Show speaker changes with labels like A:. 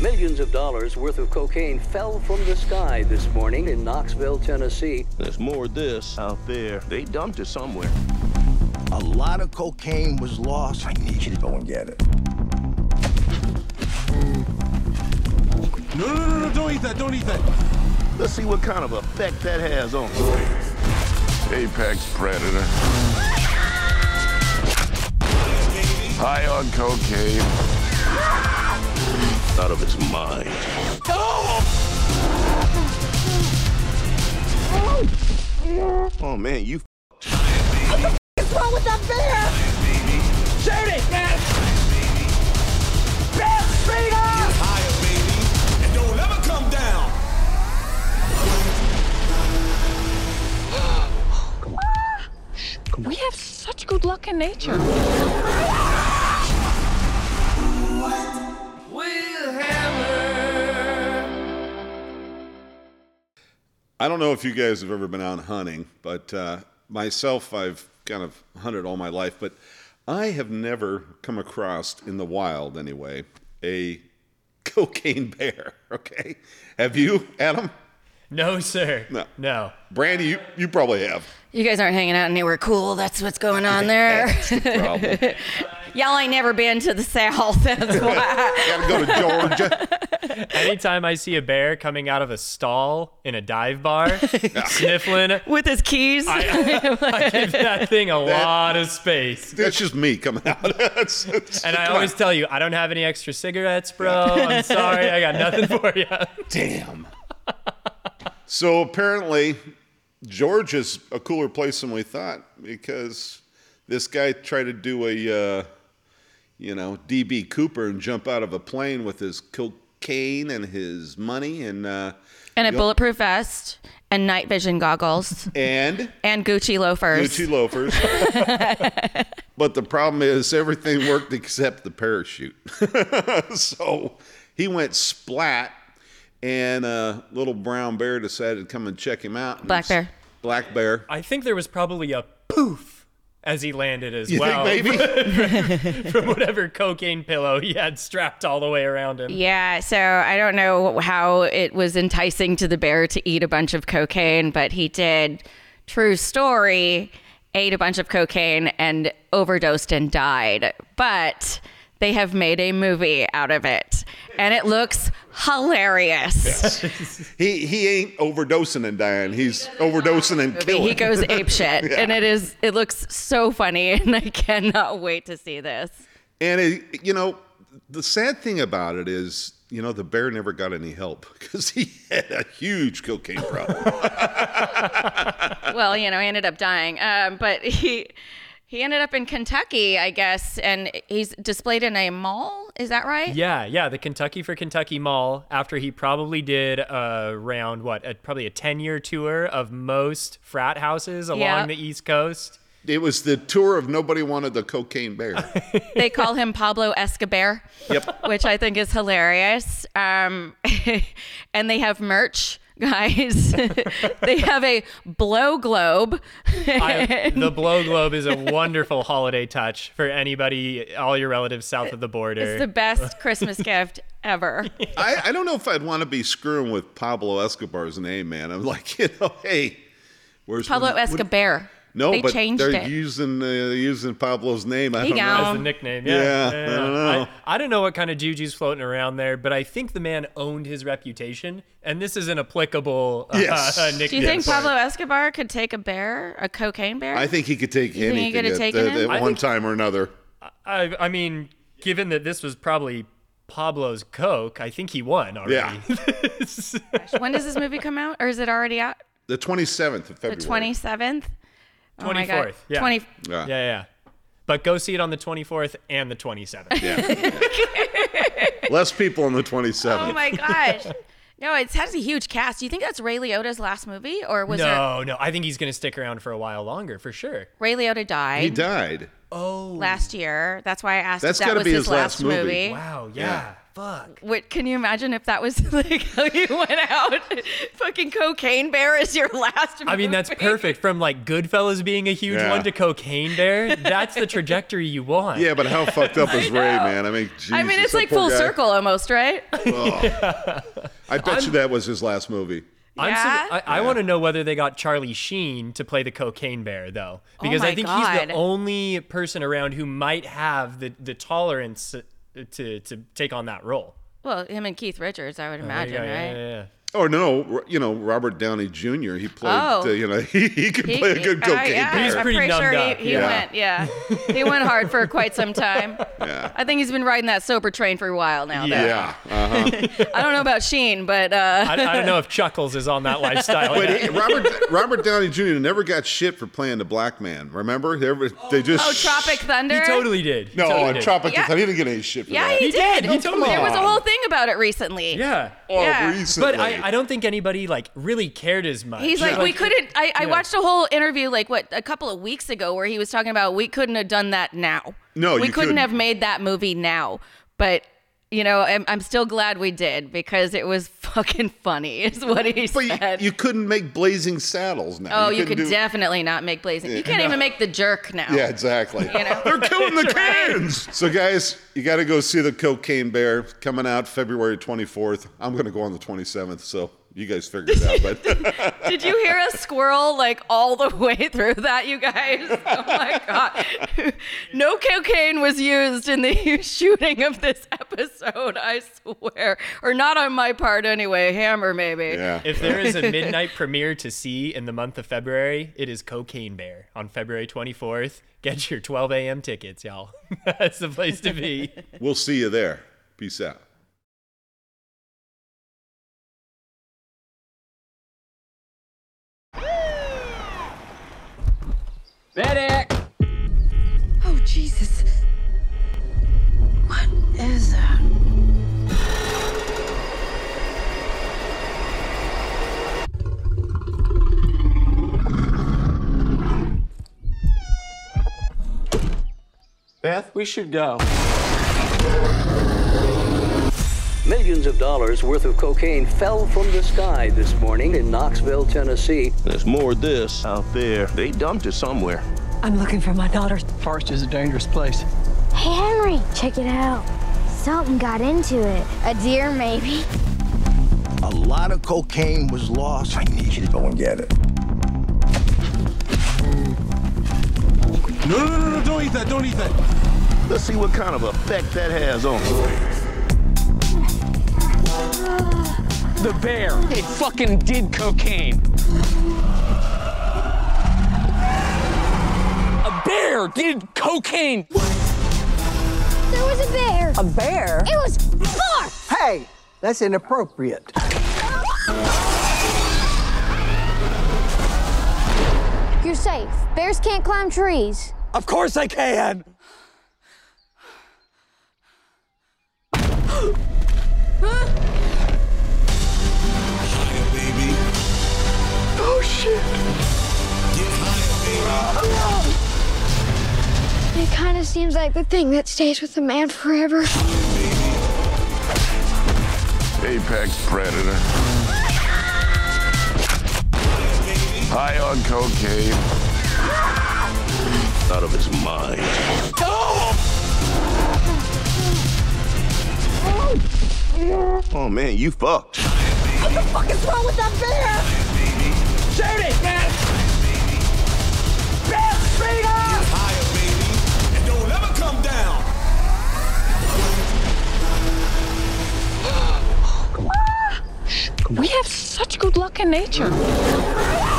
A: Millions of dollars worth of cocaine fell from the sky this morning in Knoxville, Tennessee.
B: There's more of this out there. They dumped it somewhere.
C: A lot of cocaine was lost. I need you to go and get it.
D: No, no, no, no, don't eat that, don't eat that.
B: Let's see what kind of effect that has on us.
E: Apex predator. High on cocaine.
B: Out of its mind. Oh man, you
F: wrong with that bear? Shoot it, man! Bear Streeter!
D: Higher, baby, and don't ever come down.
G: We have such good luck in nature.
H: I don't know if you guys have ever been out hunting, but uh, myself, I've kind of hunted all my life, but I have never come across in the wild anyway a cocaine bear. Okay, have you, Adam?
I: No, sir. No. No.
H: Brandy, you, you probably have.
J: You guys aren't hanging out anywhere cool. That's what's going on there.
H: Probably.
J: Y'all ain't never been to the South. That's why.
H: Gotta go to Georgia.
I: Anytime I see a bear coming out of a stall in a dive bar, sniffling, I,
J: With his keys.
I: I give that thing a lot of space.
H: That's just me coming out. That's- that's-
I: And I always tell you, I don't have any extra cigarettes, bro. I'm sorry, I got nothing for you.
H: Damn. so apparently, Georgia's a cooler place than we thought because this guy tried to do a, uh, you know, DB Cooper and jump out of a plane with his cocaine and his money and uh,
J: and a bulletproof vest and night vision goggles
H: and
J: and Gucci loafers.
H: Gucci loafers. but the problem is everything worked except the parachute. so he went splat, and a little brown bear decided to come and check him out. and
J: Black bear.
H: Black bear.
I: I think there was probably a poof as he landed as
H: You
I: well
H: think maybe?
I: from whatever cocaine pillow he had strapped all the way around him.
J: Yeah, so I don't know how it was enticing to the bear to eat a bunch of cocaine, but he did. True story, ate a bunch of cocaine and overdosed and died. But they have made a movie out of it, and it looks hilarious.
H: he he ain't overdosing and dying. He's overdosing and killing.
J: He goes ape shit, and it is it looks so funny, and I cannot wait to see this.
H: And it, you know, the sad thing about it is, you know, the bear never got any help because he had a huge cocaine problem.
J: well, you know, he ended up dying. Um, but he he ended up in Kentucky, I guess, and he's displayed in a mall. Is that right?
I: Yeah, yeah, the Kentucky for Kentucky Mall. After he probably did around what, a, probably a ten-year tour of most frat houses along
J: Yeah.
I: the East Coast.
H: it was the tour of nobody wanted the cocaine bear.
J: They call him Pablo Escobar. Yep. Which I think is hilarious. Um, and they have merch. Guys, they have a blow globe.
I: I, the blow globe is a wonderful holiday touch for anybody, all your relatives south of the border.
J: It's the best Christmas gift ever.
H: I, I don't know if I'd want to be screwing with Pablo Escobar's name, man. I'm like, you know, hey, where's
J: Pablo
H: what- what-
J: Escobar.
H: No,
J: they
H: but
J: changed
H: they're
J: it.
H: using uh, they're using Pablo's name. I
J: He
H: don't know.
I: as
J: Um,
I: the nickname,
H: yeah,
I: yeah.
H: I don't know.
I: I, I don't know what kind of juju's floating around there, but I think the man owned his reputation, and this is an applicable uh,
H: Yes.
I: uh,
H: Do you
I: nickname.
J: Do you think
I: for it.
J: Pablo Escobar could take a bear, a cocaine bear?
H: I think he could take
J: think he
H: anything
J: could have
H: at,
J: taken
H: at-
J: him?
H: at
I: I
H: one
I: think-
H: time or another.
I: I, I mean, given that this was probably Pablo's Coke, I think he won already.
J: when does this movie come out or is it already out
H: The 27th of
J: the
H: February.
J: 27th oh my god
I: 24th, yeah.
J: 20
H: Yeah.
I: yeah, yeah. But go see it on the 24th and the 27th.
H: Less people on the 27th.
J: oh my gosh no it has a huge cast do you think that's ray liotta's last movie or was it
I: No, no. I think he's going to stick around for a while longer, for sure.
J: ray liotta died
H: He died.
I: Oh,
J: last year that's why i asked
H: That's
J: if that
H: gotta
J: was
H: be
J: his,
H: his last movie.
I: wow. Yeah. fuck.
J: What can you imagine if that was like how you went out? Fucking cocaine bear is your last.
I: I mean, that's
J: movie.
I: perfect. From like Goodfellas being a huge
H: Yeah.
I: one to Cocaine Bear, that's the trajectory you want.
H: Yeah, but how fucked up is Ray,
J: know.
H: man? I mean, Jesus,
J: Oh I mean, it's
H: that
J: like
H: poor
J: full
H: guy.
J: circle almost, right?
H: I bet you that was his last movie.
I: I'm sur-
J: Yeah.
I: I, I want to know whether they got Charlie Sheen to play the cocaine bear, though, because I
J: Oh my
I: think he's
J: God.
I: the only person around who might have the, the tolerance to, to to take on that role.
J: well, him and Keith Richards, I would
I: There you
J: imagine,
I: go,
J: right?
I: yeah, yeah, yeah.
H: Or Oh, no, r- you know Robert Downey Jr. He played.
J: Oh.
H: Uh, you know, he, he could play a good
J: oh,
H: cocaine
J: yeah,
I: He's
J: I'm
H: bear.
I: pretty
J: pretty sure
I: numbed up,
J: he, he
H: yeah.
J: went. Yeah, he went hard for quite some time.
H: Yeah.
J: I think he's been riding that sober train for a while now. though.
H: Yeah. Uh,
J: I don't know about Sheen, but uh,
I: I, I don't know if Chuckles is on that lifestyle.
H: but
I: yet.
H: he- Robert Robert Downey Jr. never got shit for playing the black man. Remember? They, were- they just
J: oh, Tropic Thunder.
I: he totally did. He
H: No,
I: totally
H: on
I: did.
H: Tropic.
J: Yeah.
H: I didn't get any shit for
J: Yeah,
H: that.
J: he,
I: He
J: did.
I: did. He totally
J: There was a
H: did.
J: whole thing about it recently.
I: Yeah.
H: oh,
J: yeah.
H: recently.
I: But I, I don't think anybody like really cared as much.
J: He's like, we couldn't. I, I
I: Yeah.
J: watched a whole interview, like what, a couple of weeks ago, where he was talking about we couldn't have done that now.
H: No,
J: we
H: you
J: couldn't
H: couldn't.
J: have made that movie now. But you know, I'm, I'm still glad we did because it was fucking funny, is what he
H: But you-
J: said.
H: you, couldn't make Blazing Saddles now.
J: oh, you could
H: couldn't do-
J: definitely not make blazing. You can't even make the jerk now.
H: Yeah, exactly.
J: know?
H: They're killing the cans. So, guys, you got to go see the Cocaine Bear coming out February 24th. I'm going to go on the 27th, so you guys figure it out. But
J: Did you hear a squirrel like all the way through that, you guys? Oh my god. No cocaine was used in the shooting of this episode, I swear. Or not on my part anyway. Hammer maybe.
H: yeah,
I: If there is a midnight premiere to see in the month of February, it is Cocaine Bear on February 24th. Get your 12 a.m. tickets, y'all. That's the place to be.
H: we'll see you there. Peace out.
F: Oh, Jesus. What is that?
K: Beth, we should go.
A: Millions of dollars worth of cocaine fell from the sky this morning in Knoxville, Tennessee.
B: There's more of this out there. They dumped it somewhere.
F: I'm looking for my daughter's
K: Forest is a dangerous place.
L: Hey, Henry, check it out. Something got into it. A deer, maybe.
C: A lot of cocaine was lost. I need you to go and get it.
D: No, no, no, no, don't eat that. Don't eat that.
B: Let's see what kind of effect that has on them.
K: The bear. It fucking did cocaine. A bear did cocaine.
L: There was a bear.
F: A bear?
L: It was barked.
K: Hey, that's inappropriate.
L: You're safe. Bears can't climb trees.
K: Of course I can.
F: Oh, shit.
L: It kind of seems like the thing that stays with a man forever.
E: Apex predator. High on cocaine.
B: Out of his mind. Oh, man, you fucked.
F: What the fuck is wrong with that bear? Shoot it, Beth! Beth, beat us!
D: Higher, baby, and don't ever come down.
G: We have such good luck in nature.